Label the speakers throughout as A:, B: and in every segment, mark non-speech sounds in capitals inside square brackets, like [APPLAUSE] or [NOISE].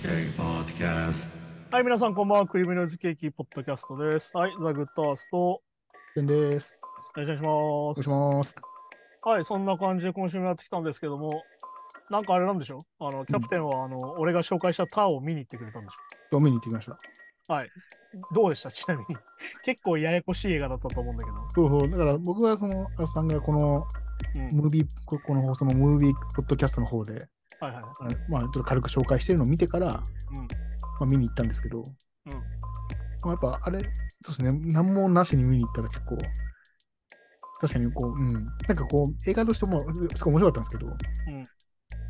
A: Cake Podcast.
B: はい、皆さん、こんばんは。クリームノイズケーキポッドキャストです。はい、ザ・グッドアースト、よ
C: てんです。
B: ろしく
C: お
B: お願
C: 願
B: いし
C: いし
B: ま
C: ます。
B: す。はい、そんな感じで今週もやってきたんですけども、なんかあれなんでしょあの、キャプテンは、あの、俺が紹介したターを見に行ってくれたんでし
C: ドミニ行ってきました。
B: ょどうでしたちなみに。 [LAUGHS] 結構ややこしい映画だったと思うんだけど。
C: そうそう。だから僕はその、あさんがこの
B: うん。
C: ムービー、ここの放送のムービーポッドキャストの方で、
B: はいはい。
C: あのまあちょっと軽く紹介してるのを見てから、ま
B: うん。
C: あ見に行ったんですけど、まあやっぱあれ、そうですね、何もなしに見に行ったら結構、確かにこう、うん、なんかこう、映画としてもすごい面白かったんですけど、
B: ん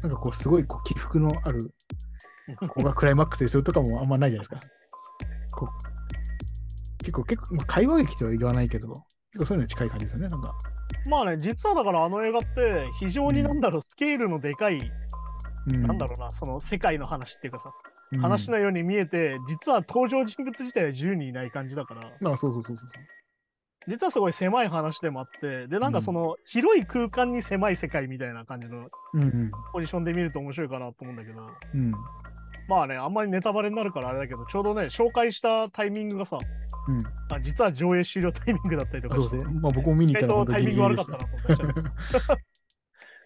C: なんかこう、すごいこう起伏のある、ここがクライマックスですよとかもあんまないじゃないですか。こう結構、結構、まあ、会話劇とは言わないけど、結構そういうのに近い感じですよね、なんか。
B: まあね、実はだからあの映画って、非常になんだろう、スケールのでかい、
C: うん、
B: なんだろうな、その世界の話っていうかさ、
C: うん、
B: 話のように見えて、実は登場人物自体は10人いない感じだから。
C: まあそうそうそうそう。
B: 実はすごい狭い話でもあって、で、なんかその、広い空間に狭い世界みたいな感じの
C: うんうん。
B: ポジションで見ると面白いかなと思うんだけど、
C: うん。
B: まあね、あんまりネタバレになるからあれだけど、ちょうどね、紹介したタイミングがさ、
C: うん、
B: あ実は上映終了タイミングだったりとか
C: そ
B: し
C: う
B: て
C: そう。、まあ僕も見に
B: 意
C: 行った
B: 外と
C: ら本当
B: タ
C: に
B: イミン
C: ギリギ
B: グ
C: リ
B: 悪かっ
C: でし
B: たなと思
C: [LAUGHS]
B: ってましたね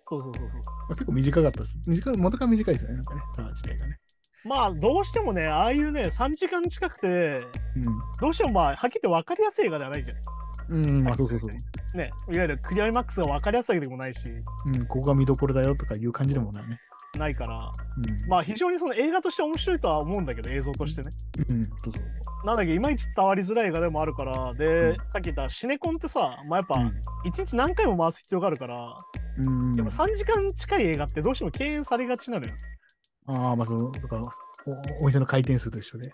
B: そうそうそうそ
C: まあ結構短かったです。短い、元から短いですよね、なんかね、ター自体がね。
B: う。まあ、どうしてもね、ああいうね、3時間近くて、
C: うん。
B: どうしてもまあ、はっきり言って分かりやすい映画ではないじゃん。
C: うん、まあそうそうそう。
B: ね、いわゆるクリアイマックスが分かりやすいわけでもないし、
C: うん、ここが見どころだよとかいう感じでもないね。
B: ないから、
C: うん。
B: まあ、非常にその映画として面白いとは思うんだけど、映像としてね。
C: うん、そうそう。
B: なんだっけ、いまいち伝わりづらい映画でもあるから、で、
C: うん
B: さっき言ったシネコンってさ、まあ、やっぱ、
C: う
B: 一日何回も回す必要があるから、
C: ん。うん
B: やっぱ3時間近い映画ってどうしても敬遠されがちなのよ。
C: ああ、まあそう、そうかお、お店の回転数と一緒で。
B: い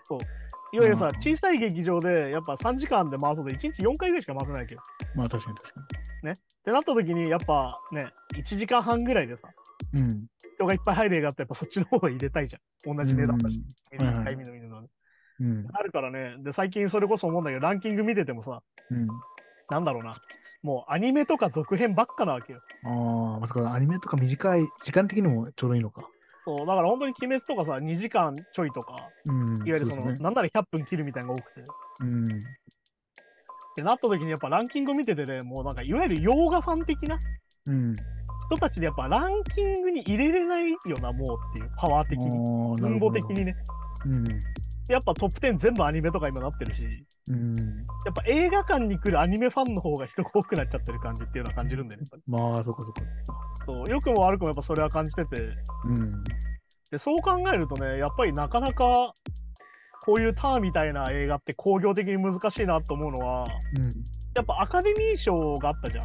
B: わゆるさ
C: う、ん
B: 小さい劇場で、やっぱ3時間で回そうと1日4回ぐらいしか回せないわけど。っ
C: まあ確かに確か
B: てなった時に、やっぱね、1時間半ぐらいでさ、
C: に。うん。
B: 人がいっぱい入る映画ってやっぱそっちの方が入れたいじゃん。同じ値段だし、
C: うんはいはい
B: 1回見る見るのね。
C: うん。
B: あるからね、で、最近それこそ思うんだけど、ランキング見ててもさ、
C: うん。
B: なんだろうな、もうアニメとか続編ばっかなわけよ。
C: ああ、まさかアニメとか短い、時間的にもちょうどいいのか。
B: そうだから本当に鬼滅とかさ2時間ちょいとか
C: うん。
B: いわゆるその
C: うですね
B: なんなら100分切るみたいなのが多くて
C: うん。
B: でなった時にやっぱランキング見ててねもうなんかいわゆる洋画ファン的な
C: うん。
B: 人たちでやっぱランキングに入れれないよなもうっていうパワー的に
C: あーな
B: 文
C: るほ
B: 法
C: ど
B: 的にね
C: うん。
B: やっぱトップ10全部アニメとか今なってるし
C: うん。
B: やっぱ映画館に来るアニメファンの方が人が多くなっちゃってる感じっていうのは感じるんだよねやっ
C: まあ、そうかそうかそうか。
B: ぱりそう良くも悪くもやっぱそれは感じてて
C: うん。
B: でそう考えるとねやっぱりなかなかこういうターンみたいな映画って工業的に難しいなと思うのはやっぱアカデミー賞があったじゃん。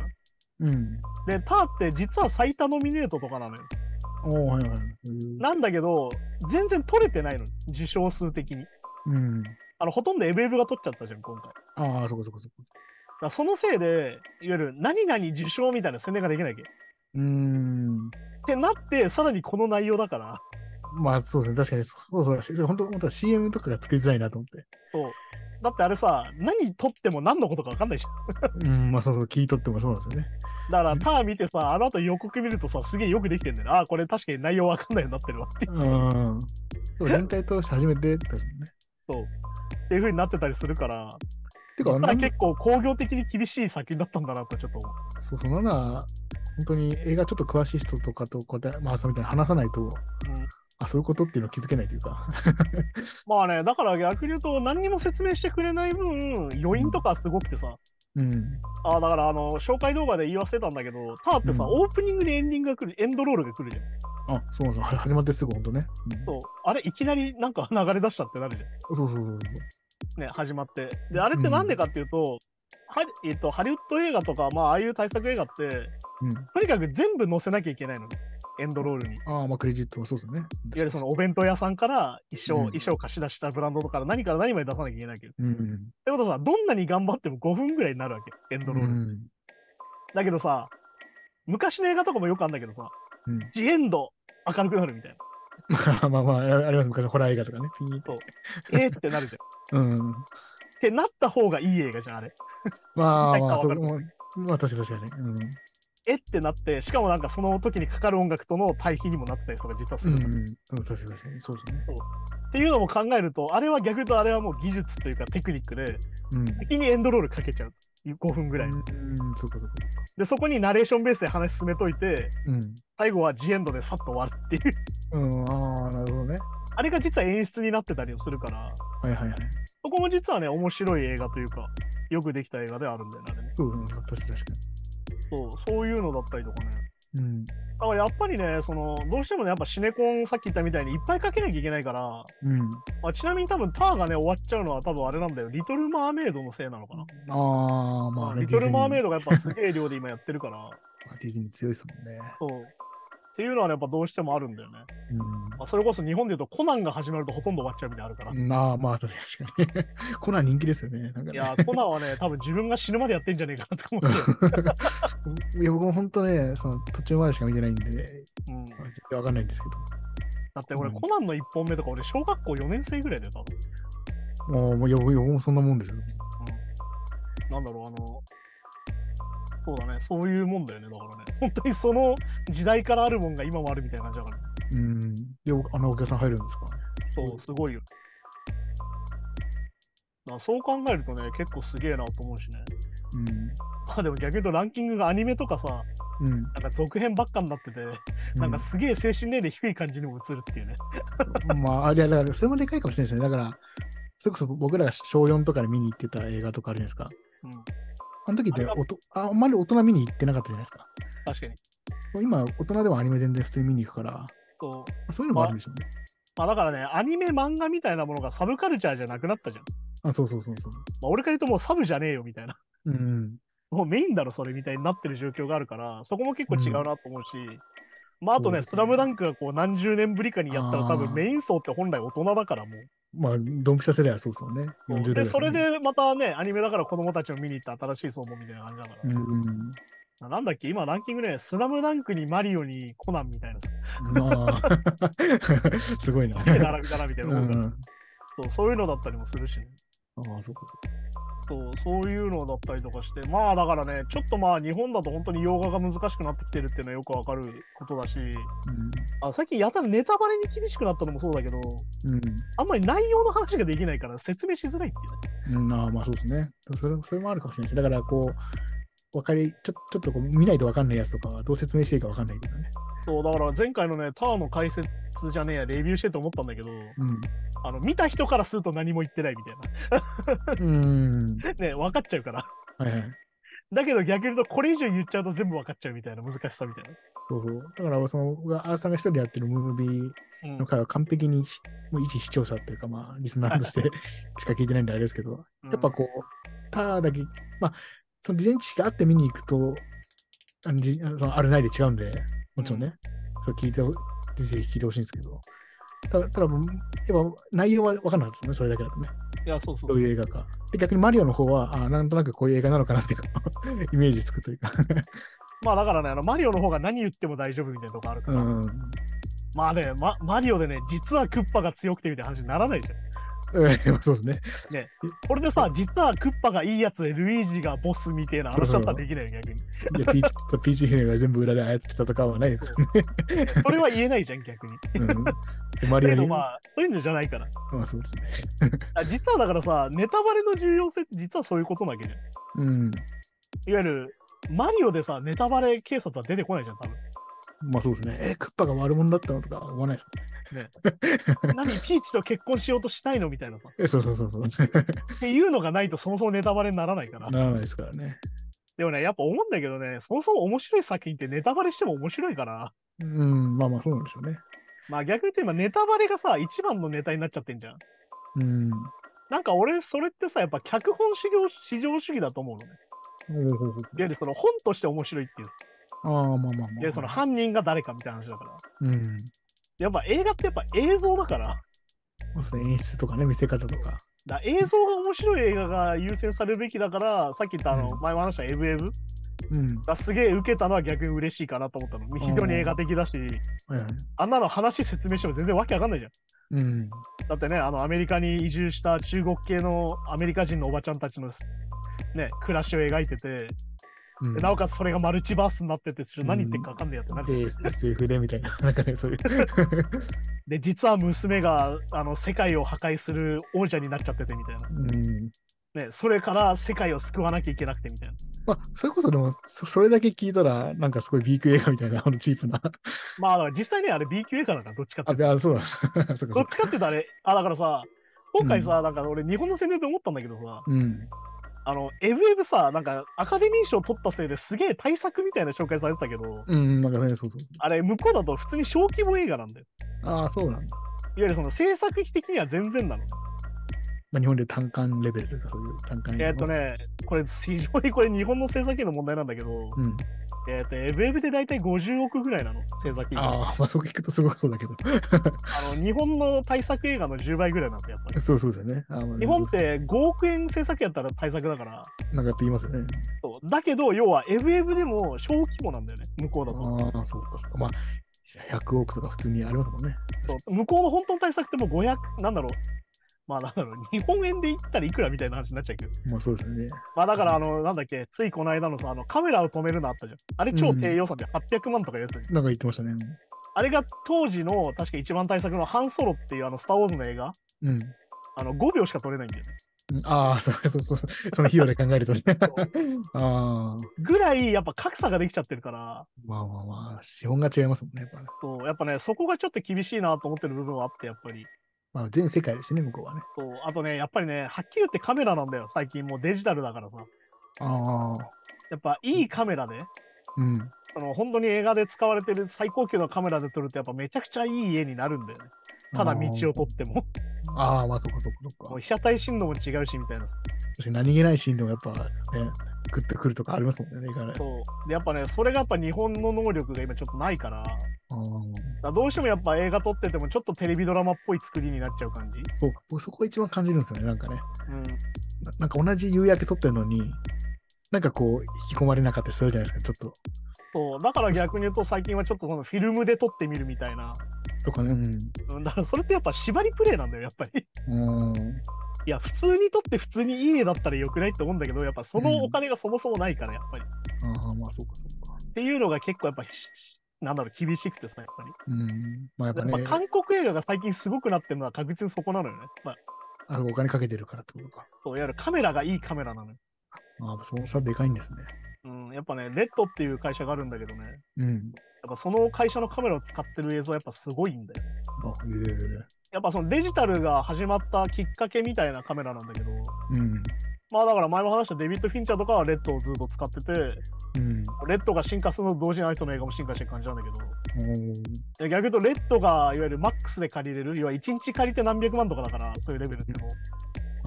C: うん。うん。
B: で、ターって実は最多ノミネートとかなのよ。
C: おーはいはい。うん
B: なんだけど、全然取れてないの、受賞数的に。
C: うん。
B: あの、ほとんどエブエブが取っちゃったじゃん、今回。だか
C: ああ、そうかそうかそうか。
B: らそのせいで、いわゆる何々受賞みたいな宣伝ができないわけ。っ
C: うん。
B: てなって、さらにこの内容だから、
C: まあ、そうですね。確かに、そうそうそう。本当本当は CM とかが作りづらいなと思って。
B: そう。だってあれさ、何取っても何のことか分かんないじゃん。 [LAUGHS]
C: うん、まあそうそう、聞い取ってもそうなんですよね。
B: だから、ター見てさ、あの後予告見るとさ、すげえよくできてんだよね。ああ、これ確かに内容分かんないようになってるわって。
C: うん。全体通して初めてだもんね。
B: そう。っていう風になってたりするから、
C: て
B: だ
C: か、
B: か
C: な
B: ら
C: ん
B: 結構工業的に厳しい作品だったんだなとちょっと思う。
C: そうそう、なんなら、本当に映画ちょっと詳しい人とかと、こうやって、まあ、さんみたいに話さないと、
B: うん
C: あ、そういうことっていうのを気づけないというか。
B: まあね、だから逆に言うと、何にも説明してくれない分、余韻とかすごくてさ、
C: うん。
B: ああ、だからあの、紹介動画で言い忘れたんだけど、ターってさ、
C: うん
B: オープニングでエンディングが来る、エンドロールが来るじゃん。
C: あ、そうそう、は始まってすぐ、本当ね。
B: そうあれ、いきなりなんか流れ出したってなるじゃ
C: うん、そうそうそうそう。
B: ん。ね、始まって。で、あれってなんでかっていうと、はえっと、ハリウッド映画とか、まあ、ああいう大作映画って、
C: うん。
B: とにかく全部載せなきゃいけないのね、エンドロールに。い
C: ああ、まあ、クレジットもそうですよね。
B: わゆるそのお弁当屋さんから衣装、
C: うん
B: 衣装貸し出したブランドとか何から何まで出さなきゃいけないけど。っ
C: うん。
B: てことはさ、どんなに頑張っても5分ぐらいになるわけ、エンド
C: う
B: ロール。
C: ん。
B: だけどさ、昔の映画とかもよくあるんだけどさ、
C: うん [LAUGHS]
B: ジエンド明るくなるみたい
C: まあまあまあ、あります、昔のホラー映画とかね。ピーンと。
B: な。 [LAUGHS] えーってなるじゃん。っ
C: うん。
B: てなった方がいい映画じゃん、あれ。
C: まあ
B: 見たい人
C: まあ、
B: は
C: そ
B: わか
C: れ
B: る
C: も、まあ、確かに確かに。うん。
B: えってなって、しかもなんかその時にかかる音楽との対比にもなったりとか、実はす
C: う
B: る
C: ん、う
B: から、
C: ん、確かに確かに、そうですね。
B: っていうのも考えると、あれは逆に言うとあれはもう技術というかテクニックで、
C: うん。
B: 先にエンドロールかけちゃう。5分ぐらい。
C: うん、そうかそうか。
B: で、そこにナレーションベースで話進めといて、
C: うん。
B: 最後はジエンドでさっと終わるっていう。 [LAUGHS]
C: うん、ああ、なるほどね。
B: あれが実は演出になってたりをするから、
C: はいはいはい。
B: そこも実はね、面白い映画というか、よくできた映画ではあるんだよねあれね。
C: そう、うん、確かに確か
B: そう、そういうのだったりとかね。
C: に。うん。
B: だからやっぱりね、その、どうしてもね、やっぱシネコン、さっき言ったみたいにいっぱいかけなきゃいけないから、
C: うん。
B: まあ、ちなみに多分ターがね、終わっちゃうのは多分あれなんだよ。リトル・マーメイドのせいなのかな。
C: ああ、まあね、
B: リトル・マーメイド
C: ド。
B: がやっぱすげえ量で今やってるから、
C: ディズニー強いですもんね。
B: そう。っていうのはねやっぱどうしてもあるんだよね。
C: うん。
B: まあ、それこそ日本で言うとコナンが始まるとほとんど終わっちゃうみたいなのあるから。
C: なあ、まあ確かに。 [LAUGHS] コナン人気ですよね。なんか
B: い
C: ね。
B: やー、コナンはね、多分自分が死ぬまでやってんじゃねえかなとか思ってる。
C: いや、 [LAUGHS] 僕も本当ね、その途中までしか見てないんで、ね、
B: うん、だ
C: 全然わかんないんですけ
B: って俺、コナンの1本目とか俺、小学校4年生ぐらいだよ、多分。
C: ど。もう、もう、よ、よ、もうそんなもんですよ。
B: なんだろう、あの、そうだね、そういうもんだよね、だからね。本当にその時代からあるもんが今もあるみたいな感じだから、ね、
C: うん。で、おあのお客さん入るんですか
B: そう、すごいよ。だからそう考えるとね、結構すげえなと思うしね。まあでも逆に言うとランキングがアニメとかさ、
C: うん。うん。
B: なんか続編ばっかになってて、なんかすげえ精神年齢低い感じにも映るっていうね。
C: うん、まあ、あれだから、それもでかいかもしれないですね。だから、それこそ僕らが小4とかで見に行ってた映画とかあるじゃないですか。
B: うん、
C: あの時っ
B: あれ
C: て
B: が
C: おとあ、あんまり大人見に行ってなかったじゃないですか。
B: 確かに。
C: 今、大人でもアニメ全然普通に見に行くから、
B: そう
C: そういうのもあるんでしょうね。
B: まあだからね、アニメ、漫画みたいなものがサブカルチャーじゃなくなったじゃん。
C: あ、そうそうそうそう。
B: まあ、俺から言うともうサブじゃねえよみたいな。 [LAUGHS]
C: うん。
B: もうメインだろ、それみたいになってる状況があるから、そこも結構違うなと思うし、まああとね、
C: そうですね
B: スラムダンクがこう何十年ぶりかにやったら、多
C: あ
B: 分
C: ー
B: メイン層って本来大人だからもう。
C: まあ、ドンピシャ世代はそうそうね。
B: そう
C: 40代
B: で、
C: す
B: そ
C: もん
B: れ
C: ね。
B: でまたね、アニメだから子供たちを見に行った新しい層もみたいな感じだから。
C: うん。
B: なんだっけ、今ランキングね、スラムダンクにマリオにコナンみたいな、す
C: [LAUGHS] まあ、すごいな。
B: げえ並びだなみたいな
C: う
B: もんが、
C: ん、あ
B: そう、そういうのだったりもするしね、
C: あ、そうか
B: そう、そういうのだったりとかして、まあだからね、ちょっとまあ日本だと本当に洋画が難しくなってきてるっていうのはよくわかることだし、
C: そう
B: あ最近やたらネタバレに厳しくなったのもそうだけど、
C: か。
B: あんまり内容の話ができないから説明しづらいっていうね。
C: うん。うん、ああまあそうですね。でもそれそれもあるかもしれないです。だから、こう、わかり、ちょちょっとこう見ないとわかんないやつとかはどう説明していいかわかんないけどね。
B: そう、だから前回のね、タワーの解説じゃねえや、レビューしてて思ったんだけど、
C: [LAUGHS]
B: あの、見た人からすると何も言ってないみた [LAUGHS] い
C: うん。うん。
B: な。ね、分かっちゃうから。
C: はいはい。
B: だけど逆に言うとこれ以上言っちゃうと全部分かっちゃうみたいな難しさみたい
C: そうそう。だから、その、僕がアーサーが一人でやってるムービー
B: な。
C: の回は完璧に、もう一視聴者っていうか、まあ、リスナーとして [LAUGHS] しか聞いてないんであれですけど、やっぱこう、ただけ、まあ、その事前知識があって見に行くと、あのじあのそのあれないで違うんで、もちろんね、それ聞いてほ、ぜひ聞いてほしいんですけど、ただ、ただ、やっぱ内容は分からなかったですよね、それだけだとね、
B: うん、いやそうそ
C: どう
B: う。
C: いう映画か。で、逆にマリオの方は、あなんとなくこういう映画なのかな [LAUGHS] っていうイメージつくというか、
B: まあだからね、あのマリオの方が何言っても大丈夫みたいなとこあるか
C: [LAUGHS] う
B: ら、
C: ん。
B: まあね、ま、マリオでね、実はクッパが強くてみたいな話にならないじゃん。
C: うんそうですね。
B: これでさ、実はクッパがいいやつでルイージがボスみたいな話だったらできないよ、逆に。
C: いや、ピーチピーチ姫が全部裏で操って戦うはないからね。
B: それは言えないじゃん、逆に。
C: うんでマ
B: だ
C: リ
B: け
C: オ
B: ど
C: に、
B: ま
C: ま
B: あ、そういうのじゃないから。
C: あそうですね。
B: あ実はだからさ、ネタバレの重要性って実はそういうことなわけじゃん。
C: うん。
B: いわゆる、マリオでさ、ネタバレ警察は出てこないじゃん、多分。
C: まあそうですね。え、クッパが悪者だったのとか思わないです
B: 何ピーチと結婚しようとしたいのみたいなさ。
C: え、そうそうそうそう。
B: っていうのがないとそもそもネタバレにならないから。
C: ならないですからね。
B: でもね、やっぱ思うんだけどね、そもそも面白い作品ってネタバレしても面白いから。
C: うん、まあまあそうなんでしょうね。
B: まあ逆に言うと今ネタバレがさ、一番のネタになっちゃってんじゃん。
C: うん。
B: なんか俺、それってさ、やっぱ脚本至上至上主義だと思うのね。
C: ほうほうほう
B: いわゆるその本として面白いっていう。
C: ああ、まあまあまあ
B: いわゆるその犯人が誰かみたいな話だから。
C: うん。
B: やっぱ映画ってやっぱ映像だから。
C: そうですね。演出とかね、見せ方とか。
B: だ映像が面白い映画が優先されるべきだから、さっき言ったあの、
C: うん
B: 前も話したエブエブ
C: うん。
B: がすげえ受けたのは逆に嬉しいかなと思ったの。非常に映画的だし、
C: はいはい。
B: あんなの話説明しても全然わけわかんないじゃん。
C: うん。
B: だってね、あのアメリカに移住した中国系のアメリカ人のおばちゃんたちの、ね、暮らしを描いてて、
C: うん
B: でなおかつそれがマルチバースになってて、ちょっと何言ってるか分かんねえやってなるじゃない
C: で
B: ですか。、
C: SF でみたいな、なんかね、そういう。
B: で、実は娘があの世界を破壊する王者になっちゃっててみたい
C: うん。
B: な。ね、それから世界を救わなきゃいけなくてみたいな。
C: まあ、それこそでも、そそれだけ聞いたら、なんかすごい B 級映画みたいな、あのチープな。
B: まあ、だから実際ね、あれ B 級映画だから、どっちかって
C: あ、
B: いうと。
C: であそうだ。そうかそう
B: どっ
C: か。
B: ちかっていうとあれ、あ、だからさ、今回さ、なんか俺、日本の宣伝で思ったんだけどさ、
C: うん。
B: あの、エブエブさ、なんかアカデミー賞取ったせいですげえ対策みたいな紹介されてたけど、
C: うん、なんかね、そうそう。
B: あれ、向こうだと普通に小規模映画なんだよ。
C: ああ、そうなんだ。
B: いわゆるその制作費的には全然なの。
C: まあ、日本で単管レベルとか、そういう単管
B: えーっと。ね、これ、非常にこれ、日本の制作費の問題なんだけど、
C: うん。
B: えーっと、エブエブで大体50億ぐらいなの、制作費が。
C: ああ、まあ、そう聞くとすごくそうだけど。 [LAUGHS]
B: あの日本の対策映画の10倍ぐらいなんだよ、やっぱり。
C: そうそうだよね。あーまあ
B: 日本って5億円制作費やったら対策だから、
C: なんかやって言いますよね。
B: そうだけど、要は、エブエブでも小規模なんだよね、向こうだと。
C: ああ、そうか、そうか。まあ、100億とか普通にありますもんね。
B: そう向こうの本当の対策ってもう500、なんだろう、まあなんだろう、日本円で言ったらいくらみたいな話になっちゃうけど、
C: まあ、そうですよね。
B: まあだから、あの、なんだっけ、ついこの間のさ、あのカメラを止めるのあったじゃん。あれ、超低予算で800万とかやつじゃん
C: なんか言ってましたね。
B: あれが当時の確か一番大作のハンソロっていうあのスター・ウォーズの映画、
C: うん。
B: あの5秒しか撮れないんだよね。
C: うんああ、そうそうそう。 [LAUGHS] その費用で考えるとね。 [LAUGHS] ああ、
B: ぐらいやっぱ格差ができちゃってるから、
C: まあまあまあ、資本が違いますもんね。やっぱね
B: そうやっぱね、そこがちょっと厳しいなと思ってる部分はあって、やっぱり。
C: まあ、全世界ですしね、向こうはね。
B: そうあとね、やっぱりね、はっきり言ってカメラなんだよ、最近もうデジタルだからさ。
C: ああ、
B: やっぱいいカメラで、
C: うん。
B: あの本当に映画で使われてる最高級のカメラで撮ると、やっぱめちゃくちゃいい絵になるんだよね。ただ道を撮っても。
C: あーあー、まあ、そっかそっかそ
B: も
C: っ
B: う
C: か。
B: 被写体振動も違うしみたいな。
C: 確かに何気ないシーンでもやっぱね、グッとくるとかありますもんね。だから
B: そうでやっぱね、それがやっぱ日本の能力が今ちょっとないから。
C: あー
B: だからどうしてもやっぱ映画撮っててもちょっとテレビドラマっぽい作りになっちゃう感じ、
C: そうか、僕そこが一番感じるんですよね。なんかね、
B: うん、
C: ななんか同じ夕焼け撮ってるのに、なんかこう、引き込まれなかったりするじゃないですか、ちょっ
B: そうだから逆に言うと最近はちょっとそのフィルムで撮ってみるみたいな、
C: と。とかね、
B: うん、だからそれってやっぱ縛りプレイなんだよやっぱり
C: うん。うん。
B: いや普通に撮って普通にいい絵だったらよくないって思うんだけどやっぱそのお金がそもそもないからやっぱり、
C: ああ、まあそうかそうか。
B: っていうのが結構やっぱしなんだろう厳しくてさやっぱり
C: うん。まあやっぱ
B: やっ
C: ね
B: ぱ、韓国映画が最近すごくなってるのは確実にそこなのよね、まあ、
C: あお金かけてるからってことか。
B: そういわゆるカメラがいいカメラなのよ、
C: ああ、その差でかいんですね。
B: うん、やっぱねレッドっていう会社があるんだけどね
C: うん。
B: やっぱその会社のカメラを使ってる映像はやっぱすごいんだよ
C: あええ
B: やっぱそのデジタルが始まったきっかけみたいなカメラなんだけど、
C: うん。
B: まあだから前も話したデビッド・フィンチャーとかはレッドをずっと使ってて、
C: うん。
B: レッドが進化するのと同時にあの人の映画も進化してる感じなんだけど、
C: おー
B: で逆に言うとレッドがいわゆるマックスで借りれる、いわゆる1日借りて何百万とかだから、そういうレベルっての。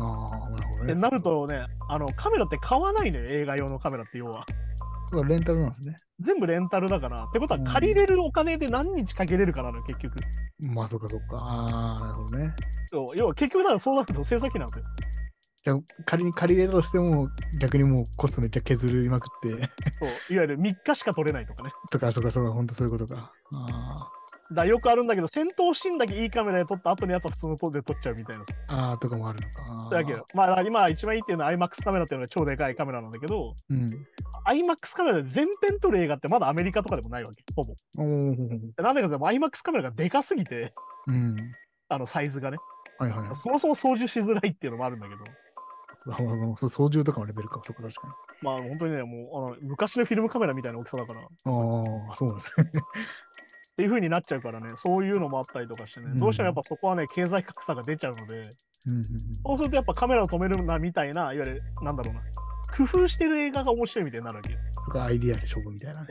C: ああ、なるほど
B: で
C: ね。
B: なるとね、あのカメラって買わないのよ、映画用のカメラって要は。
C: そうか。レンタルなんですね。
B: 全部レンタルだから。ってことは借りれるお金で何日かけれるからのよ、結局。
C: まあそっかそっか。ああ、なるほどね。
B: そう要は結局だからそうなると制作費なんですよ。
C: じゃあ仮に借りれたとしても、逆にもうコストめっちゃ削りまくって、 [LAUGHS]
B: そういわゆる3日しか撮れないとかね。
C: とか、そうかそうか、ほんとそういうことか。あ
B: だよくあるんだけど、戦闘シーンだけいいカメラで撮った後のやつは普通のポーズで撮っちゃうみたいな。
C: あ、ああ、とかもあるのか。あー
B: だけど、まあだから今一番いいっていうのは IMAX カメラっていうのは超でかいカメラなんだけど、
C: うん。
B: IMAX カメラで全編撮る映画ってまだアメリカとかでもないわけ、ほぼ。
C: おー
B: なんでかというと IMAX カメラがでかすぎて、
C: うん。
B: あのサイズがね、
C: はいはいはい。
B: そもそも操縦しづらいっていうのもあるんだけど、
C: そうあまあそう操縦とかもレベルか、そこ確かに。
B: まあ本当にね、もうあの昔のフィルムカメラみたいな大きさだから、っ
C: ああ、そうなんですね。 [LAUGHS]
B: ていう風になっちゃうからね、そういうのもあったりとかしてね、
C: うん
B: どうしてもやっぱそこはね、経済格差が出ちゃうので、
C: うんうんうん
B: そうするとやっぱカメラを止めるなみたいな、いわゆる、なんだろうな、工夫してる映画が面白いみたいになるわけよ。
C: そこはアイディアで勝負みたいなね。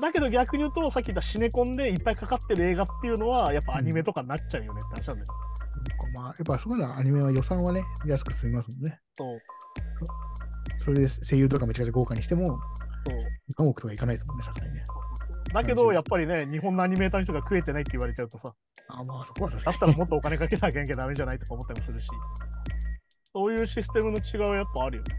B: だけど逆に言うと、さっき言ったシネコンでいっぱいかかってる映画っていうのは、やっぱアニメとかになっちゃうよねって話なんだよ。
C: なんかまあ、やっぱそういうのはアニメは予算はね、安く済みますもんね。
B: そう
C: それで声優とかめちゃくちゃ豪華にしても、
B: そう
C: 何億とかいかないですもんね、さすがにね。
B: だけど、やっぱりね、日本のアニメーターの人が食えてないって言われちゃうとさ、
C: あまあ、そこは確
B: だ
C: か
B: っ
C: に。
B: たらもっとお金かけなきゃいけないダメじゃないとか思ったりもするし、そういうシステムの違いはやっぱあるよね。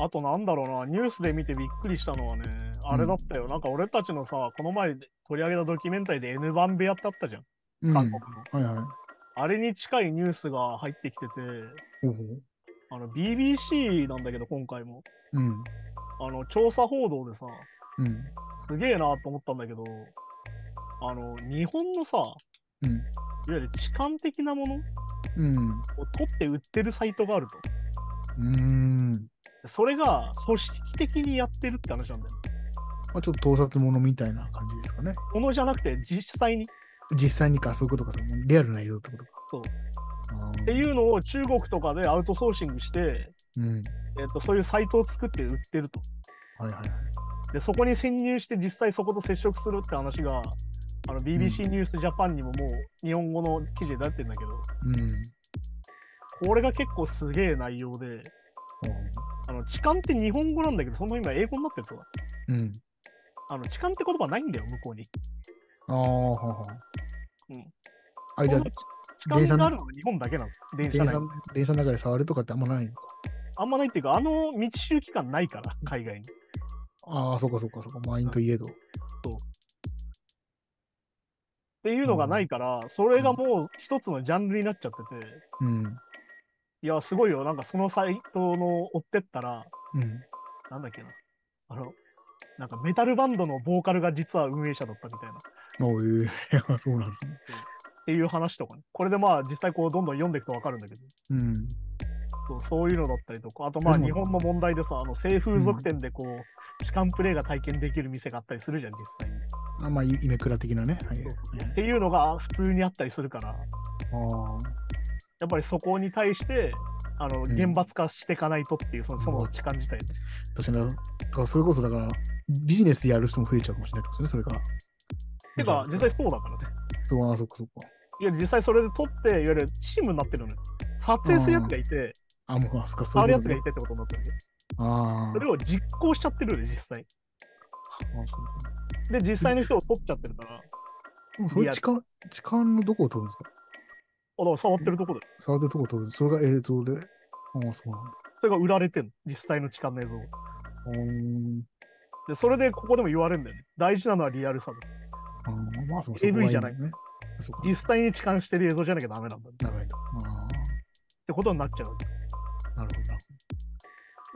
B: あとなんだろうな、ニュースで見てびっくりしたのはね、あれだったよ、なんか俺たちのさ、この前取り上げたドキュメンタリーで N 番部屋ってあったじゃん、
C: [LAUGHS] うん、
B: 韓国
C: は
B: の。
C: いはい。
B: あれに近いニュースが入ってきてて、
C: ほうほう
B: あの BBC なんだけど、今回も。
C: うん。
B: あの、調査報道でさ、
C: うん。
B: すげえなと思ったんだけど、あの、日本のさ、
C: うん。
B: いわゆる痴漢的なものを
C: うん。
B: 取って売ってるサイトがあると。
C: うん。
B: それが組織的にやってるって話なんだよ。
C: まあ、ちょっと盗撮ものみたいな感じですかね。
B: ものじゃなくて、実際に。
C: 実際にか、そういうことか、そのリアルな映像ってことか。
B: そう
C: あ
B: っ
C: ー。
B: ていうのを中国とかでアウトソーシングして、
C: うん。
B: えっとそういうサイトを作って売ってると。
C: はいはいはい。
B: で、そこに潜入して実際そこと接触するって話が、あの BBC ニュースジャパンにももう日本語の記事でなってるんだけど、
C: うん。
B: これが結構すげえ内容で、あの痴漢って日本語なんだけど、その今英語になってるとか、
C: うん。
B: あの痴漢って言葉ないんだよ、向こうに。
C: ああ、はあはあ。
B: うん。
C: あ、じゃあ
B: その、痴漢があるのは日本だけなんです、電車
C: 電
B: 内
C: 車。電車の中で触るとかってあんまないのか。
B: あんまないっていうか、あの道周期間ないから、海外に。
C: ああ、そうかそうかそうか。満員といえど。
B: っていうのがないから、それがもう一つのジャンルになっちゃってて、
C: うん。
B: いや、すごいよ、なんかそのサイトの追ってったら、
C: うん。
B: なんだっけな、あの、なんかメタルバンドのボーカルが実は運営者だったみたいな、っ
C: おうええ [LAUGHS] そうなんですね。
B: ていう話とかね、これでまあ実際こうどんどん読んでいくとわかるんだけど、
C: うん。
B: そうそういうのだったりとか、あとまあ
C: でも
B: 日本の問題でさ、あの性風俗店でこう、痴漢プレイが体験できる店があったりするじゃん、実際に。
C: あまあ、イイメクラ的なね。はい。
B: そうっていうのが普通にあったりするから、
C: あ
B: やっぱりそこに対して、あの
C: ん
B: 厳罰化していかないとっていう、そのそもそも痴漢自体ね
C: あ。確かに、だからそれこそだから、ビジネスでやる人も増えちゃうかもしれないってことですね、それが。
B: てか、実際そうだからね。
C: そう、ああ、そっかそっか。
B: いや、実際それで撮って、いわゆるチームになってるのよ。撮影するやつがいて、
C: あ、もう、あそっか、そう
B: 触る
C: い
B: や
C: う
B: つ
C: こと
B: が
C: ね
B: いてってことになってるわけ。
C: あ
B: それを実行しちゃってるよね、実際。
C: あ。あそう
B: で、実際の人を撮っちゃってるから、あ
C: でもそれ、痴漢、痴漢のどこを取るんですか
B: だから触ってるところで。
C: 触ってるとこを取る。それが映像で。ああ、そうなんだ。
B: それが売られてるの、実際の痴漢の映像が
C: あー
B: で、それでここでも言われるんだよね。大事なのはリアルさだ。
C: あー、まあ、そう
B: AV じゃない
C: そこはいいね。そっか。
B: 実際に痴漢してる映像じゃなきゃダメなんだっ
C: 長いと。あ
B: てことになっちゃうわけ。
C: あ、なるほどな。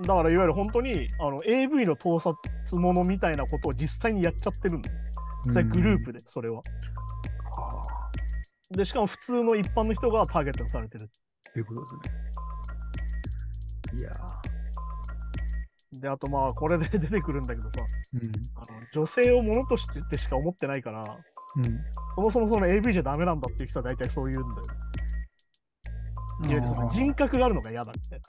B: だから、いわゆる本当にあの AV の盗撮ものみたいなことを実際にやっちゃってるんだよ。それグループで、それは。
C: プか。
B: で、しかも普通の一般の人がターゲットにされてる。
C: っていうことですね。いや
B: で、あとまあ、これで出てくるんだけどさ、
C: ー
B: あの女性をものとしてしか思ってないから、
C: うん。うん。
B: そもそもその AV じゃダメなんだっていう人は大体そう言うんだよ。いわゆるその人格があるのが嫌だみたいな。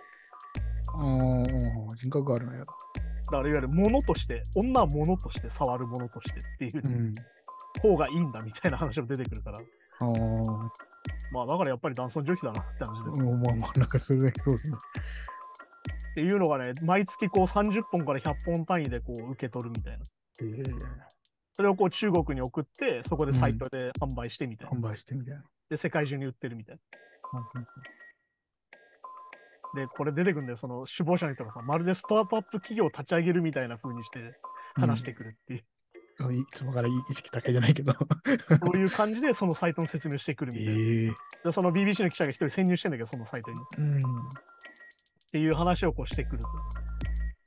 C: あーあー人格があるのやだ。。
B: だからいわゆるものとして、女はものとして、触るものとしてっていううん方がいいんだみたいな話も出てくるから、
C: ああ、
B: まあだからやっぱり男尊女卑だなって話です。
C: まあまあ、なんかそれだけそうですね。
B: っていうのがね、毎月こう30本から100本単位でこう受け取るみたいな。
C: ええ
B: それをこう中国に送って、そこでサイトで販売してみたいな。
C: 販売してみたいな。
B: で、世界中に売ってるみたいな。で、これ出てくるんで、その首謀者の人がさ、まるでスタートアップ企業を立ち上げるみたいな風にして話してくるっていう、
C: うん。いつもからい意識高いじゃない
B: [LAUGHS]
C: けど。
B: そういう感じでそのサイトの説明をしてくるみたいな。
C: え。
B: で、その BBC の記者が一人潜入してんだけど、そのサイトに。っ
C: うん。
B: ていう話をこうしてくる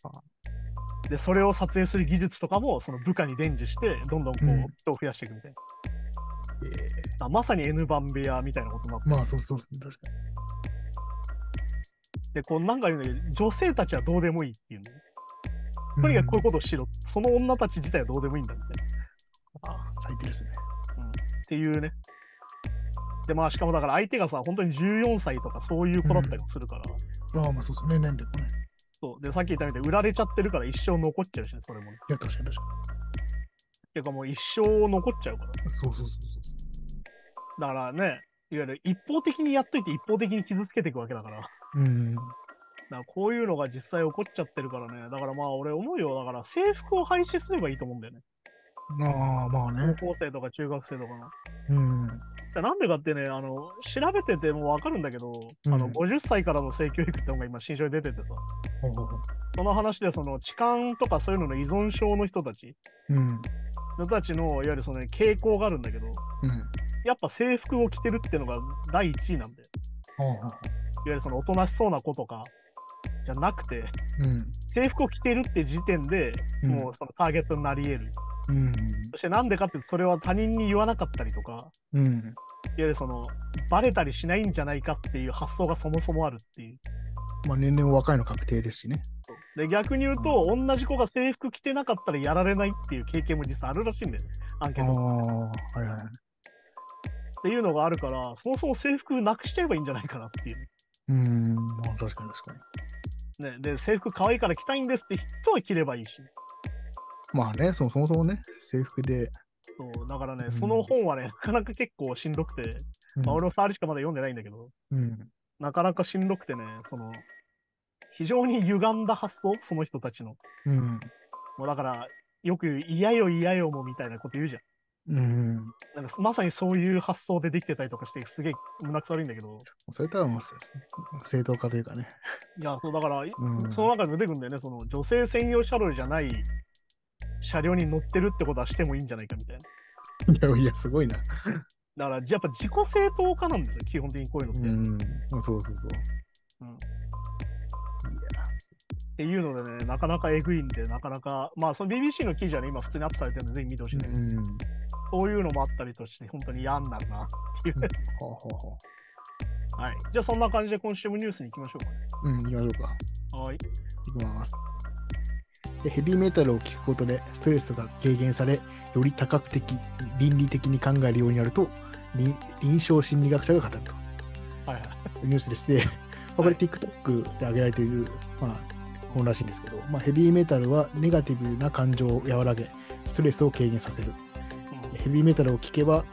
C: あ
B: と。で、それを撮影する技術とかも、その部下に伝授して、どんどんこ
C: うん
B: う、人を増やしていくみたいな。
C: ええ
B: あまさに N 番部屋みたいなことになって、
C: まあ、そうそうそう、確かに。
B: で、こうなんか言うんだけど、女性たちはどうでもいいっていうの。とにかくこういう
C: こ
B: ことをしろ。その女たち自体はどうでもいいんだみたいな。
C: と。ああ、最低ですね。
B: っていうね。で、まあ、しかもだから相手がさ、本当に14歳とかそういう子だったりもするから、
C: ああ、まあそうそう、ね、年齢もね。
B: そう。で、さっき言ったみたいに売られちゃってるから一生残っちゃうしね、それもね。
C: いや、確かに確か
B: てかもう一生残っちゃうから。
C: に。そうそうそうそう。
B: だからね、いわゆる一方的にやっといて一方的に傷つけていくわけだから。だか
C: うん。
B: らこういうのが実際起こっちゃってるからね。だからまあ俺思うよ。だから制服を廃止すればいいと思うんだよね。
C: ああ、まあね。
B: 高校生とか中学生とかの。
C: うん。
B: じゃあなんでかってね、あの、調べててもわかるんだけど、
C: うん
B: あの、50歳からの性教育ってのが今新書に出ててさ、
C: ほうほうほう
B: その話でその痴漢とかそういうのの依存症の人たち、
C: うん。
B: 人たちのいわゆるその、ね、傾向があるんだけど、
C: うん。
B: やっぱ制服を着てるってのが第一位なんで、いわ
C: ほうほうほう
B: ゆるそのおとなしそうな子とか、じゃなくて、
C: うん。
B: 制服を着てるって時点で
C: うん
B: もうそのターゲットになり得る。
C: うん。
B: そしてなんでかっていうとそれは他人に言わなかったりとか、
C: うん。
B: いわゆるそのバレたりしないんじゃないかっていう発想がそもそもあるっていう。
C: まあ、年々若いの確定ですしね。
B: で逆に言うと、同じ子が制服着てなかったらやられないっていう経験も実際あるらしいんだよね、アンケ
C: あ
B: ー
C: あ、
B: トとか
C: はいはい。
B: っていうのがあるから、そもそも制服なくしちゃえばいいんじゃないかなっていう。
C: うん、まあ、確かに確かに。
B: ね、で、制服可愛いから着たいんですって人は着ればいいし。
C: まあね、そもそもそもね、制服で。
B: そうだからね、
C: うん
B: その本はね、なかなか結構しんどくて、
C: うん
B: まあ、俺も触りしかまだ読んでないんだけど、
C: うん。
B: なかなかしんどくてね、その、非常に歪んだ発想、その人たちの。
C: うん。
B: もうだから、よく嫌よ嫌よもみたいなこと言うじゃん。
C: うん。
B: なんかまさにそういう発想でできてたりとかして、すげえ胸くそ悪いんだけど、
C: それとはもう、正当化というかね。
B: いや、そうだから、
C: うん。
B: その中に出てくるんだよね、その女性専用車両じゃない車両に乗ってるってことはしてもいいんじゃないかみたい
C: [LAUGHS] いやいや、すごいな。
B: な。だから、やっぱ自己正当化なんですよ、基本的にこういうのって。
C: う
B: っ
C: ん。そうそうそう。
B: うん
C: いや。
B: ていうのでね、なかなかえぐいんで、なかなか、まあ、その BBC の記事はね、今普通にアップされてるんで、ぜひ見てほしいんだけど、
C: うん。は
B: そういうのもあったりとして、本当に嫌になるなっていう。
C: あはあは
B: はい。じゃあ、そんな感じで今週もニュースに行きましょうかね。
C: あ。うん、行きましょうか。
B: はい。
C: いきます。でヘビーメタルを聴くことでストレスが軽減され、より多角的、倫理的に考えるようになると、り臨床心理学者が語ると。
B: はいはい。
C: ニュースでして、まあこれ TikTok で上げられている、まあ、本らしいんですけど、まあ、ヘビーメタルはネガティブな感情を和らげ、ストレスを軽減させる。ヘビーメタルを聴けば、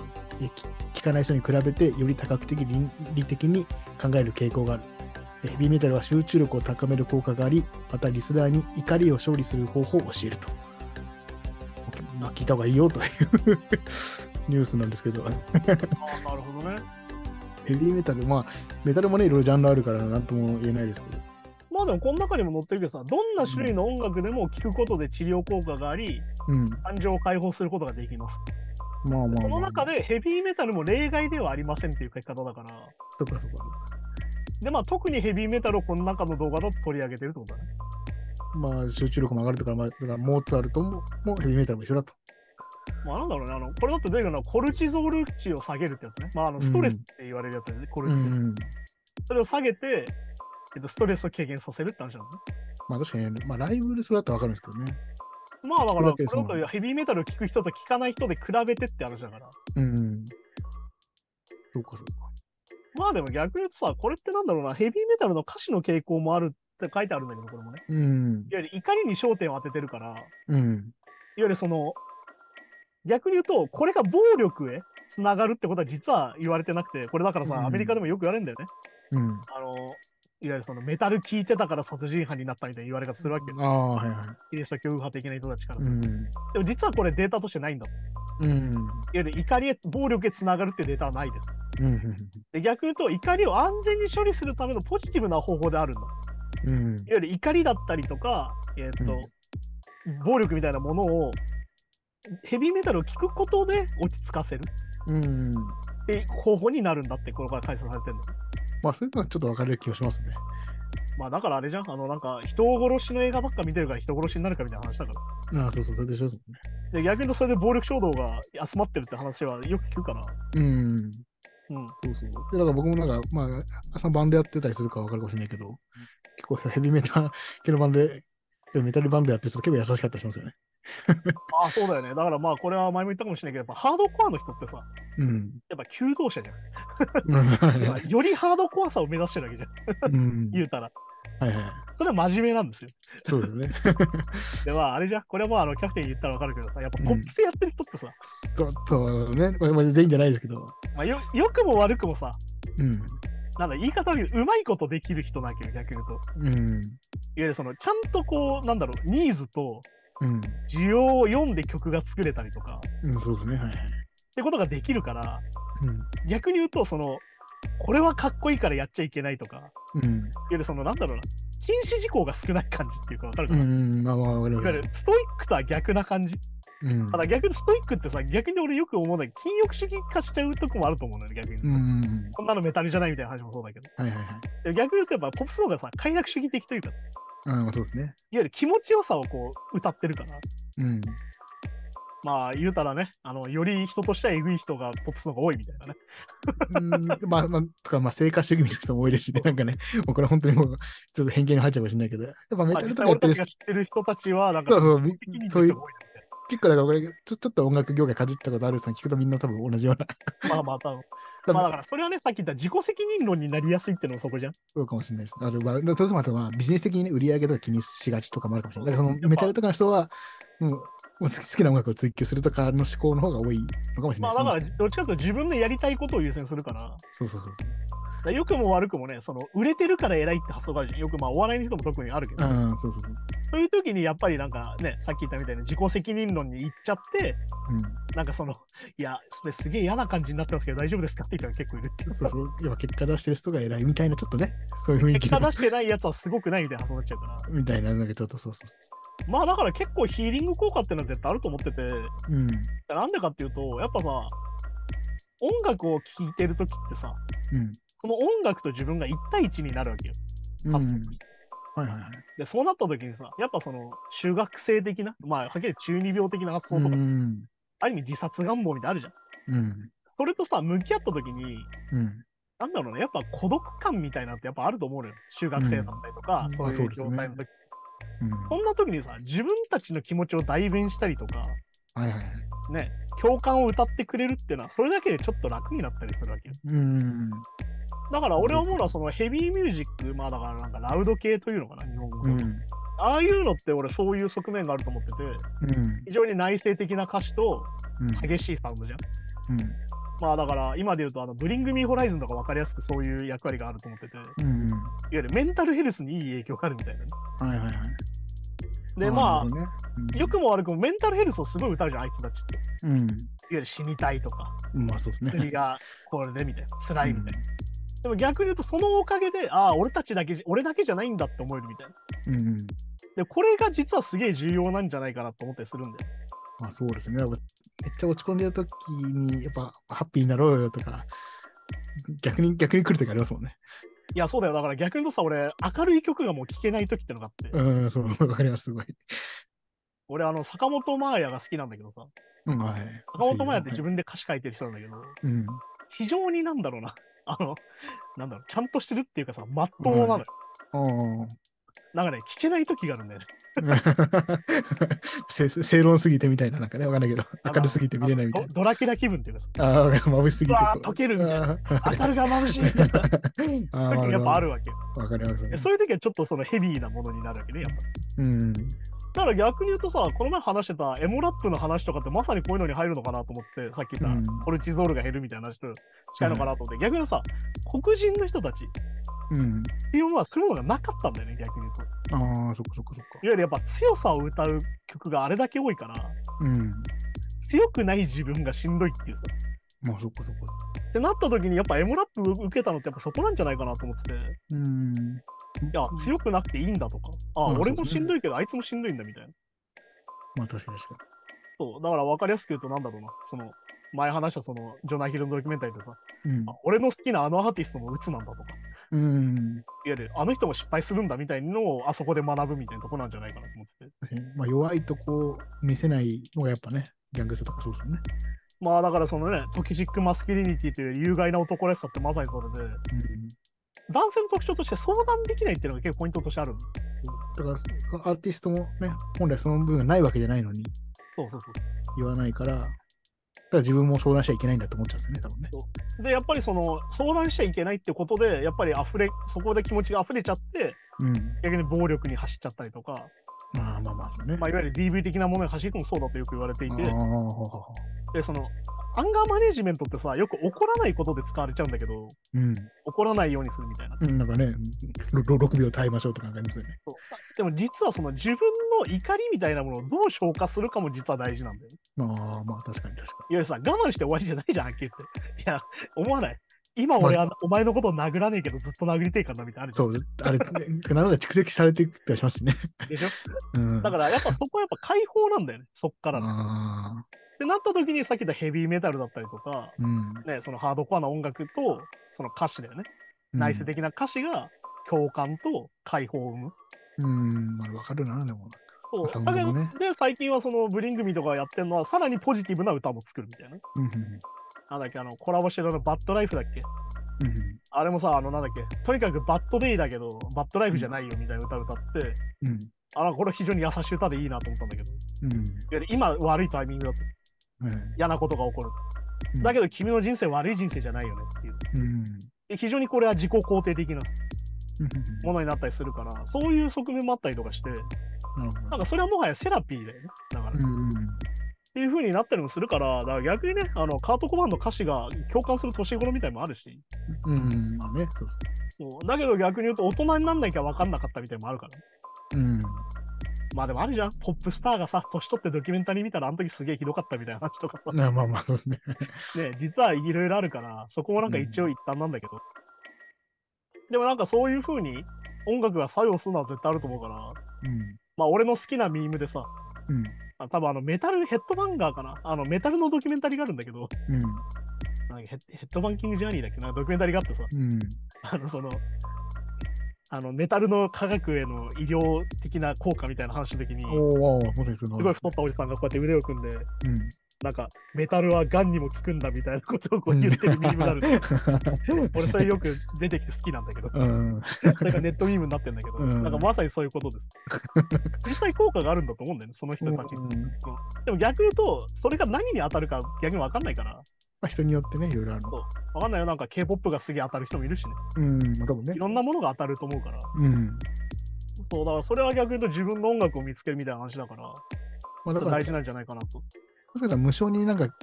C: えき聴かない人に比べてより多角的、倫理的に考える傾向がある。えヘビーメタルは集中力を高める効果があり、またリスナーに怒りを勝利する方法を教えると。まあ聞いた方がいいよという [LAUGHS] ニュースなんですけど。
B: ああ、なるほどね。
C: ヘビーメタル、まあ、メタルもね、いろいろジャンルあるから、なんとも言えないですけど。
B: まあでも、この中にも載ってるけどさ、どんな種類の音楽でも聴くことで治療効果があり、
C: うん。
B: 感情を解放することができます。
C: まあまあ、まあ。
B: この中でヘビーメタルも例外ではありませんっていう書き方だから、
C: そっかそっかそっか。
B: でまあ、特にヘビーメタルをこの中の動画だと取り上げてるってことだね。
C: まあ、集中力も上がるとか、まあ、だから、モーツァルトももヘビーメタルも一緒だと。
B: まあ、なんだろうね、あのこれだと出てくるのはコルチゾール値を下げるってやつね。まあ、あのストレスって言われるやつだよね、コルチゾール。
C: ん。
B: それを下げて、えっと、ストレスを軽減させるって話なのね。
C: まあ、確かにね、まあ、ライブでそれだったらわかるんですけどね。
B: まあだから、こ
C: それ
B: れ
C: だけそうなの
B: だとヘビーメタルを聴く人と聴かない人で比べてって話だから。
C: うんうん。そっかそっか。
B: まあでも逆に言うとさ、これってなんだろうな、ヘビーメタルの歌詞の傾向もあるって書いてあるんだけど、これもね。
C: うん。
B: いわゆる怒りに焦点を当ててるから、
C: うん。
B: いわゆるその、逆に言うと、これが暴力へつながるってことは実は言われてなくて、これだからさ、
C: うん
B: アメリカでもよく言われるんだよね。
C: うん。
B: あの、いわゆるそのメタル聞いてたから殺人犯になったみたいな言われ方するわけよ。
C: ああ、はいはい。
B: キリスト教右派的な人たちからす
C: う
B: ると。
C: ん。
B: でも実はこれデータとしてないんだ。いわ
C: うん。
B: ゆる怒りへ、暴力へつながるっていうデータはないです。
C: うん。
B: で逆に言うと、怒りを安全に処理するためのポジティブな方法であるんだ。いわ
C: うん。
B: ゆる怒りだったりとか、えーっと、暴力みたいなものを、ヘビーメタルを聞くことで落ち着かせる。
C: うん。
B: って方法になるんだって、これから解説されてるの。
C: まあ、そういうのはちょっとわかる気がしますね。
B: まあだからあれじゃん、あのなんか人殺しの映画ばっか見てるから人殺しになるかみたいな話だか
C: ああ、そうそう、それでしょ。そ
B: ら。で逆に言うとそれで暴力衝動が集まってるって話はよく聞くから。
C: れねうん。
B: うん。
C: そうそう。で、だから僕もなんか、まあ、朝バンドやってたりするからわかるかもしれないけど、結構ヘビーメタル系のバンドで、でメタルバンドやってる人結構優しかったりしますよね。
B: ああ、そうだよね。だからまあこれは前も言ったかもしれないけど、やっぱハードコアの人ってさ、
C: うん。
B: やっぱ求道者じゃん。
C: うん
B: まあよりハードコアさを目指してるわけじゃん。
C: う
B: [LAUGHS]
C: ん。
B: 言うたら。
C: はいはい。
B: それは真面目なんですよ。
C: そうですね。
B: でまああれじゃん、これはまああのキャプテンに言ったらわかるけどさ、やっぱコップスやってる人ってさ、
C: そうそうね。これまあ全員じゃないですけど。
B: まあよ良くも悪くもさ、
C: うん。
B: なんだ言い方悪いけど、うまいことできる人なわけよ、逆に言うと。
C: うん。
B: いわゆるそのちゃんとこうなんだろうニーズと
C: うん。
B: 需要を読んで曲が作れたりとかっ
C: うん、そうですね。はいはい。
B: てことができるから
C: うん。
B: 逆に言うとそのこれはかっこいいからやっちゃいけないとかいわ
C: うん。
B: ゆるそのなんだろうな禁止事項が少ない感じっていうかわかる
C: う
B: かな、い
C: ん。まあまあ、わかりま
B: わゆ
C: す
B: る。ストイックとは逆な感じ
C: うん
B: ただ逆にストイックってさ、逆に俺よく思うのは、禁欲主義化しちゃうとこもあると思うんだよね、逆に。
C: うんうん
B: こんなのメタルじゃないみたいな話もそうだけど。
C: はいはいはい。
B: でも逆に言うと、やっぱポップスの方がさ、快楽主義的というか、いわ
C: うん、まあそうですね。
B: ゆる気持ちよさをこう歌ってるから、
C: うん。
B: まあ言うたらね、あのより人としてはエグい人がポップスの方が多いみたいなね。
C: うん、まあ、まあ、とか、まあ、成果主義みたいな人も多いですしね、なんかね、もうこれ本当にもう、ちょっと偏見に入っちゃうかもしれないけど、やっぱ
B: ま
C: メタ
B: あ、
C: ル
B: 実
C: と
B: 際
C: かやっ
B: 俺
C: て
B: たちが、
C: る人
B: 知ってる人たちは、なんか
C: そう、そう、み
B: 責任
C: そういう
B: 人が多いみたい
C: 結構だから俺、ちょちょっと音楽業界かじったことある人に聞くとみんな多分同じような、
B: なまあまあ、多分。まあだから、それはね、さっき言った自己責任論になりやすいっていうのもそこじゃん。
C: そうかもしれないです。あと、まあ、そうするとまあビジネス的に、ね、売り上げとか気にしがちとかもあるかもしれない。だからそのメタルとかの人は、うん、もう好き好きな音楽を追求するとかの思考の方が多いのかもしれな
B: ま
C: い
B: あだか
C: で
B: ら、
C: すね。
B: どっちかというと自分のやりたいことを優先するから、
C: そうそうそう。
B: だから良くも悪くもね、その売れてるから偉いって発想があるじゃん。よくまあお笑いの人も特にあるけど、
C: うん、そうそうそう。
B: そういう時にやっぱりなんかね、さっき言ったみたいな自己責任論に行っちゃって、なんかその、いや、それすげえ嫌な感じになってますけど大丈夫ですかって言ったら結構いるってい
C: うん、
B: う。
C: そうそう。やっぱ結果出してる人が偉いみたいな、ちょっとね、そういう雰囲気
B: 結果
C: の
B: 出してないやつはすごくないみたいな発想になっちゃうから。
C: みたいな、なんかちょっとそうそう
B: まあだから結構ヒーリング効果っていうのは絶対あると思ってて、
C: そう。うん、
B: なんでかっていうと、やっぱさ、音楽を聴いてる時ってさ、
C: うん。
B: その音楽と自分が1対1になるわけよ。
C: うん、は
B: 発
C: い
B: 想
C: はいはい。
B: で、そうなった時にさ、やっぱその中学生的な、まあ、はっきり言って中二病的な発
C: う
B: 想とか、
C: ん、
B: ある意味自殺願望みたいなのあるじゃん。
C: うん、
B: それとさ、向き合った時に、
C: うん。
B: なんだろうね、やっぱ孤独感みたいなのってやっぱあると思うのよ。中学生だったりとか、
C: うんまあ
B: そうい
C: そう
B: う
C: です
B: 状
C: ね
B: 態の時、
C: うん、
B: そんな時にさ、自分たちの気持ちを代弁したりとか、
C: はいはいはい。
B: ね、共感を歌ってくれるっていうのは、それだけでちょっと楽になったりするわけよ。
C: うん。
B: だから俺思うのは、そのヘビーミュージック、まあだからなんかラウド系というのかな、日本語
C: う
B: で、
C: ん。
B: ああいうのって俺そういう側面があると思ってて、
C: うん。
B: 非常に内省的な歌詞と
C: うん。
B: 激しいサウンドじゃん。
C: うん。
B: まあだから今で言うと、あの、ブリングミーホライズンとか分かりやすくそういう役割があると思ってて、いわ
C: うん。
B: ゆるメンタルヘルスにいい影響があるみたいなね。
C: はいはいはい。
B: で、ま
C: あ、
B: あ、よくも悪くもメンタルヘルスをすごい歌うじゃん、あいつたちって。いわ
C: うん、うん
B: ゆる死にたいとか、
C: まあそうですね。
B: 薬がこれでみたいな、辛いみたいな。でも逆に言うと、そのおかげで、ああ、俺たちだけじ、俺だけじゃないんだって思えるみたいな。
C: うんうん、
B: で、これが実はすげえ重要なんじゃないかなと思ったりするんだよ。
C: まあそうですね。やっぱめっちゃ落ち込んでる時に、やっぱハッピーになろうよとか、逆に逆に来る時ありますもんね。
B: いや、そうだよ。だから逆に言うとさ、俺、明るい曲がもう聴けない時ってのがあって、
C: うん、そう、わかります、すごい。
B: 俺、あの、坂本真綾が好きなんだけどさ、
C: うん、はい。
B: 坂本真綾って自分で歌詞書いてる人なんだけど、
C: うん。
B: 非常になんだろうな、あの、なんだろう、ちゃんとしてるっていうかさ、まっとうなのよ。
C: おー
B: なんかね、聞けない時があるんだよね。
C: [LAUGHS] せ正論すぎてみたいな、なんかね、わかんないけど、明るすぎて見れないみたい
B: ドドラキュラ気分っていうかさ、
C: な。ああ、眩しすぎて。
B: うわー溶けるみたい
C: な。
B: 当たるが眩しいみたいな時がやっぱあるわけよ。
C: わかります。
B: でそういう時はちょっとそのヘビーなものになるわけね、やっぱ。
C: うん。
B: だから逆に言うとさ、この前話してたエモラップの話とかってまさにこういうのに入るのかなと思って、さっき言った、コルチゾールが減るみたいな話と近いのかなと思って、逆にさ、黒人の人たちっ
C: うん。
B: ていうのはそういうのがなかったんだよね、逆に言うと。いわ
C: ああ、そっかそっかそっか。
B: ゆるやっぱ強さを歌う曲があれだけ多いから、
C: うん。
B: 強くない自分がしんどいっていうさ。
C: まあそっかそっか。
B: ってなった時に、やっぱエモラップ受けたのってやっぱそこなんじゃないかなと思ってて、
C: うん。
B: いや、強くなくていいんだとか、あ、
C: うん
B: 俺
C: そう
B: も
C: ですね
B: しんどいけど、あいつもしんどいんだみたいな。
C: まあ確かに確か
B: そう、だから分かりやすく言うと、なんだろうな、その、前話したその、ジョナヒルのドキュメンタリーでさ、
C: に。うん
B: あ。俺の好きなあのアーティストも鬱なんだとか、いわ
C: うん。
B: ゆるあの人も失敗するんだみたいのをあそこで学ぶみたいなとこなんじゃないかなと思ってて。
C: まあ弱いとこ見せないのがやっぱね、ギャングスとかそうですよね。
B: まあだからそのね、トキシックマスキュリニティという有害な男らしさってまさにそれで、
C: うん。
B: 男性の特徴として相談できないっていうのが結構ポイントとしてあるの
C: だからそのアーティストもね、本来その部分がないわけじゃないのに
B: そうそうそ
C: 言わないから、だから自分も相談しちゃいけないんだと思っちゃうんですよね、
B: う。で、やっぱりその、相談しちゃいけないってことで、やっぱり溢れ、そこで気持ちが溢れちゃって、
C: 多分ね。
B: 逆に暴力に走っちゃったりとか、
C: うん。まあまあまあ、そうね。
B: まあ、いわゆる DV 的なものに走り込むそうだとよく言われていて、
C: ああ、ほうほうほ
B: で、その、アンガーマネジメントってさ、よく怒らないことで使われちゃうんだけど、
C: ううん。
B: 怒らないようにするみたいな。
C: うん、なんかね、ろろ6秒耐えましょうとかなんかありますよね。
B: でも実はその自分の怒りみたいなものをどう消化するかも実は大事なんだよね。
C: まあまあ、確かに確
B: いわ
C: か
B: ゆるさ、我慢して終わりじゃないじゃん、はっきり言って。いや、思わない。今俺あの、お前のこと殴らねえけどずっと殴りてえかなみたいなのあるじゃ
C: そう、あれ、てなので蓄積されていったりしますしね。
B: んでしょ
C: うん。
B: だからやっぱそこはやっぱ解放なんだよね、そっからの。っ
C: あ
B: てなった時にさっき言ったヘビーメタルだったりとか、
C: ーうん。
B: ね、そのハードコアな音楽と、その歌詞だよね。内省的な歌詞が共感と解放を生む。
C: うん。うん、まあ、わかるな、でも。
B: そう
C: 朝
B: だ
C: ご
B: け
C: はん
B: ど、
C: もね
B: で最近はそのブリングミとかやってるのはさらにポジティブな歌も作るみたいな。
C: うん。うん
B: なんだっけあのコラボしてるあのバッドライフだっけ
C: うん。
B: あれもさあのなんだっけとにかくバッドデイだけどバッドライフじゃないよみたいな歌歌って、
C: うん。
B: あらこれ非常に優しい歌でいいなと思ったんだけど
C: うん。
B: いや今悪いタイミングだと
C: うん
B: 嫌なことが起こる、
C: うん
B: だけど君の人生悪い人生じゃないよねっていう
C: うん。
B: で非常にこれは自己肯定的な
C: うん
B: ものになったりするからそういう側面もあったりとかして
C: なるほ
B: なん
C: ど。
B: かそれはもはやセラピーだよねだから、
C: うんうん。
B: っていう風になったりもするから、だから逆にね、あのカートコマンの歌詞が共感する年頃みたいもあるし、
C: うん。まあね、そうそ
B: そうだけど逆に言うと大人になんなきゃ分かんなかったみたいもあるから、ね、
C: う。うん。
B: まあでもあるじゃん、ポップスターがさ、年取ってドキュメンタリー見たらあの時すげえひどかったみたいな話と
C: [LAUGHS]
B: かさ、
C: まあまあまあ、そうですね。
B: ね、実はいろいろあるから、そこもなんか一応一旦なんだけど。でもなんかそういう風に音楽が作用するのは絶対あると思うから、
C: うん。
B: まあ俺の好きなミームでさ、
C: うん。
B: あ多分あのメタルヘッドバンガーかな、あのメタルのドキュメンタリーがあるんだけど、
C: うん。
B: なんかヘッヘッドバンキングジャーニーだっけな、ドキュメンタリーがあってさ、 [LAUGHS]
C: うん。
B: あの、その、あの、メタルの科学への医療的な効果みたいな話の時に、す
C: おー、まさにそう
B: ごい太ったおじさんがこうやって腕を組んで、
C: うん。
B: なんか、メタルは癌にも効くんだみたいなことをこう言ってるミームがあるんで、俺それよく出てきて好きなんだけど、
C: うん。
B: それがネットミームになってんだけど、
C: うん
B: なんかまさにそういうことです。実際効果があるんだと思うんだよね、その人たちに。でも逆に言うと、それが何に当たるか逆に分かんないから、
C: まあ、人によってね、いろいろある
B: そう分かんないよ、なんか K-POP がすげえ当たる人もいるしね、
C: の。うん、まあ、多分ね
B: い。ろんなものが当たると思うから。
C: うん。
B: そうだからそれは逆に言うと自分の音楽を見つけるみたいな話だから、
C: まあ、だから
B: 大、事なんじゃないかなと。
C: だから無償になんか聴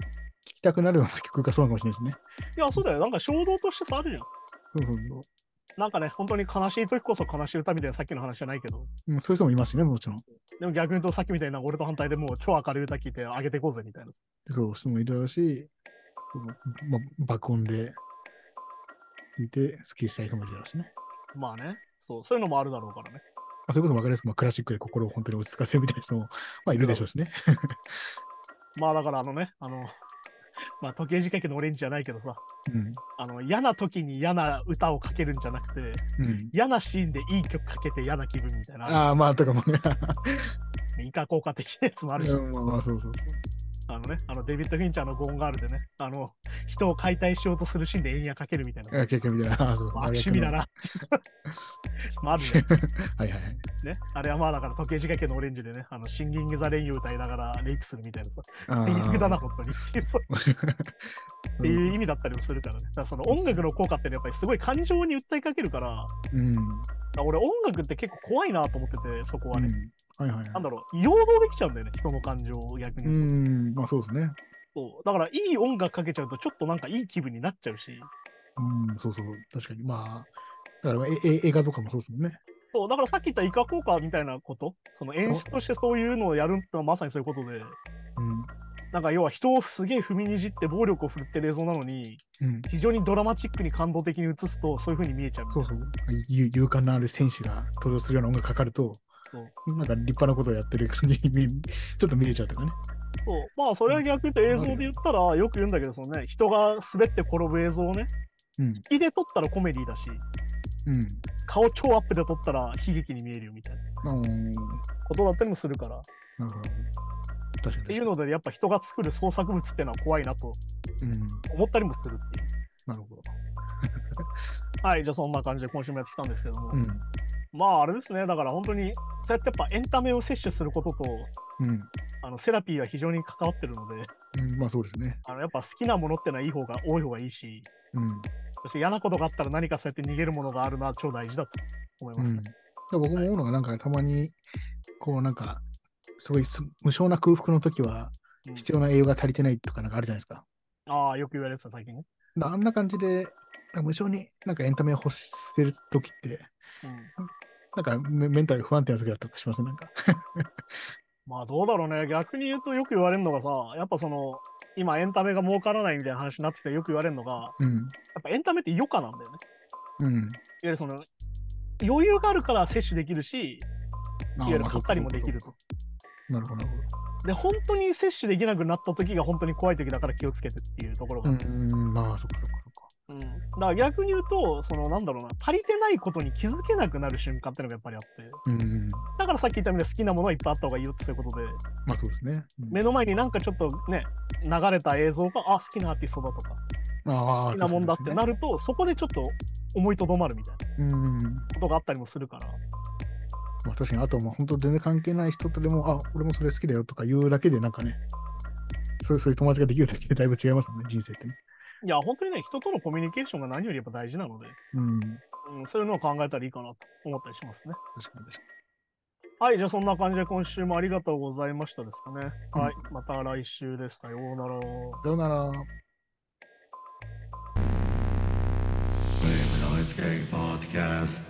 C: きたくなるような曲がそうなのかもしれない
B: い
C: で
B: や、そうだよ。なんか衝動としてさ、あるじゃ
C: すね。そうそう
B: ん。
C: そ
B: なんかね、本当に悲しい時こそ悲しい歌みたいなさっきの話じゃないけど、
C: う。うん、そういう人もいますしね、もちろん。
B: でも逆に言うとさっきみたいな俺と反対でもう超明るい歌聴いてあげていこうぜみたいな。
C: そういう人もいるだろうし、まあ、爆音で聴いて、好きしたい人もいるだろうしね。
B: まあね、そう、そういうのもあるだろうからね。
C: まあ、それこそ分かりやすく、まあ、クラシックで心を本当に落ち着かせるみたいな人も、まあ、いるでしょうしね。
B: まあだからあのね、あの、 [LAUGHS] まあ時計仕掛けのオレンジじゃないけどさ、
C: うん。
B: あの嫌な時に嫌な歌をかけるんじゃなくて、
C: うん。
B: 嫌なシーンでいい曲かけて嫌な気分みたいな、
C: ああ、まあ、とかもね。
B: イカ効果的なやつもあるし、
C: [LAUGHS] うん、まあまあ、そうそうそ
B: あのね、あのデビッド・フィンチャーのゴーンガールでね、あの、人を解体しようとするシーンで円やかけるみたいな。
C: う。あ結局みたいな。ああ、そう。
B: まあ、悪趣味だ
C: な。
B: な。 [LAUGHS] まあ、あるね。
C: はいはいはい。
B: ねあれはまあだから時計仕掛けのオレンジでね、あのシンギング・ザ・レインを歌いながらレイプするみたいなさ、
C: あ
B: 皮肉だな、
C: ー。
B: 本当に。そうっていう意味だったりもするからね。だからその音楽の効果ってねやっぱりすごい感情に訴えかけるから、
C: うん。
B: 俺音楽って結構怖いなと思ってて、そこはね。
C: うん。はいはい
B: なん
C: は
B: だろう、陽動できちゃうんだよね、人の感情を逆
C: い。う
B: に。
C: ん、まあそうですね。
B: そうだから、いい音楽かけちゃうと、ちょっとなんかいい気分になっちゃうし。
C: うん、そうそう、確かに。まあ、だからええ映画とかもそうですもんね。
B: そう、だからさっき言ったイカ効果みたいなこと、その演出としてそういうのをやるってのはまさにそういうことで、
C: うん。
B: なんか要は人をすげえ踏みにじって暴力を振るってる映像なのに、
C: うん、
B: 非常にドラマチックに感動的に映すと、そういう風に見えちゃうみた
C: そ
B: いうな。
C: そう。ゆ勇敢なある選手が登場するような音楽かかると、なんか立派なことをやってる感じに見えちょっと見えちゃうとかね。
B: そうまあ、それは逆に言うと映像で言ったら、よく言うんだけど、そのね、人が滑って転ぶ映像をね、
C: うん。
B: 引きで撮ったらコメディだし、
C: うん。
B: 顔超アップで撮ったら悲劇に見えるよみたいな
C: あのー
B: ことだったりもするから。っ
C: なるほど。確かに確かに。
B: ていうので、やっぱ人が作る創作物っていうのは怖いなと
C: うん。
B: 思ったりもするっていう。
C: なるほど。
B: はい、じゃあそんな感じで今週もやってきたんですけども。
C: うん。
B: まああれですね、だから本当に、そうやってやっぱエンタメを摂取することと、
C: うん。
B: あのセラピーは非常に関わってるので、
C: うん、まあそうですね。
B: あのやっぱ好きなものってのはいい方が多い方がいいし、
C: うん。
B: そして嫌なことがあったら何かそうやって逃げるものがあるのは超大事だと思いま
C: う
B: す。
C: ん。で僕も思うのが、なんかたまに、こうなんか、すごいす無償な空腹の時は、
B: うん
C: 必要な栄養が足りてないとかなんかあるじゃないですか。
B: ああ、よく言われてた最近ね。
C: だあんな感じで、なんか無性になんかエンタメを欲してる時って、
B: うん
C: なんかメメンタル不安定な時だったりしませんなんか。
B: まあどうだろうね、逆に言うとよく言われるのがさ、やっぱその、今エンタメが儲からないみたいな話になっててよく言われるのが、や
C: うん。
B: っぱエンタメって余暇なんだよね。
C: うん。
B: いわゆるその、余裕があるから摂取できるし、い
C: あー
B: わゆる
C: まあ
B: 買ったりもできる
C: そうかそうかそうかなるほど、なる
B: で、本当に摂取できなくなった時が本当に怖い時だから気をつけてっていうところが
C: ほ
B: あ
C: ど
B: って、。
C: うんうん、まあ、そっかそっかそっか。
B: うんだから逆に言うと、そのなんだろうな、足りてないことに気づけなくなる瞬間ってのがやっぱりあって、
C: うんうん。
B: だからさっき言ったみたいに好きなものはいっぱいあった方がいいよっていうことで、
C: まあ、そうですね。うん
B: 目の前になんかちょっとね、流れた映像が、あ、好きなアーティストだとか、
C: ああ、
B: 好きなもんだってな
C: る。
B: ると、そこでちょっと思いとどまるみたいな
C: うんうん。
B: ことがあったりもするから、
C: まあ、確かに、あと、まあ、本当全然関係ない人とでも、あ、俺もそれ好きだよとか言うだけで、なんかね、そういう、そういう友達ができるだけでだいぶ違いますもんね、人生ってね。
B: いや、本当にね、人とのコミュニケーションが何よりやっぱ大事なので、
C: うん。
B: うん、そういうのを考えたらいいかなと思ったりしますね。
C: 確かに確か
B: はい、じゃあそんな感じで今週もありがとうございましたですかね。
C: うん
B: はい、また来週です。さようなら。
C: に。さよな
A: Flame
C: ら。
A: and Ice Game Podcast.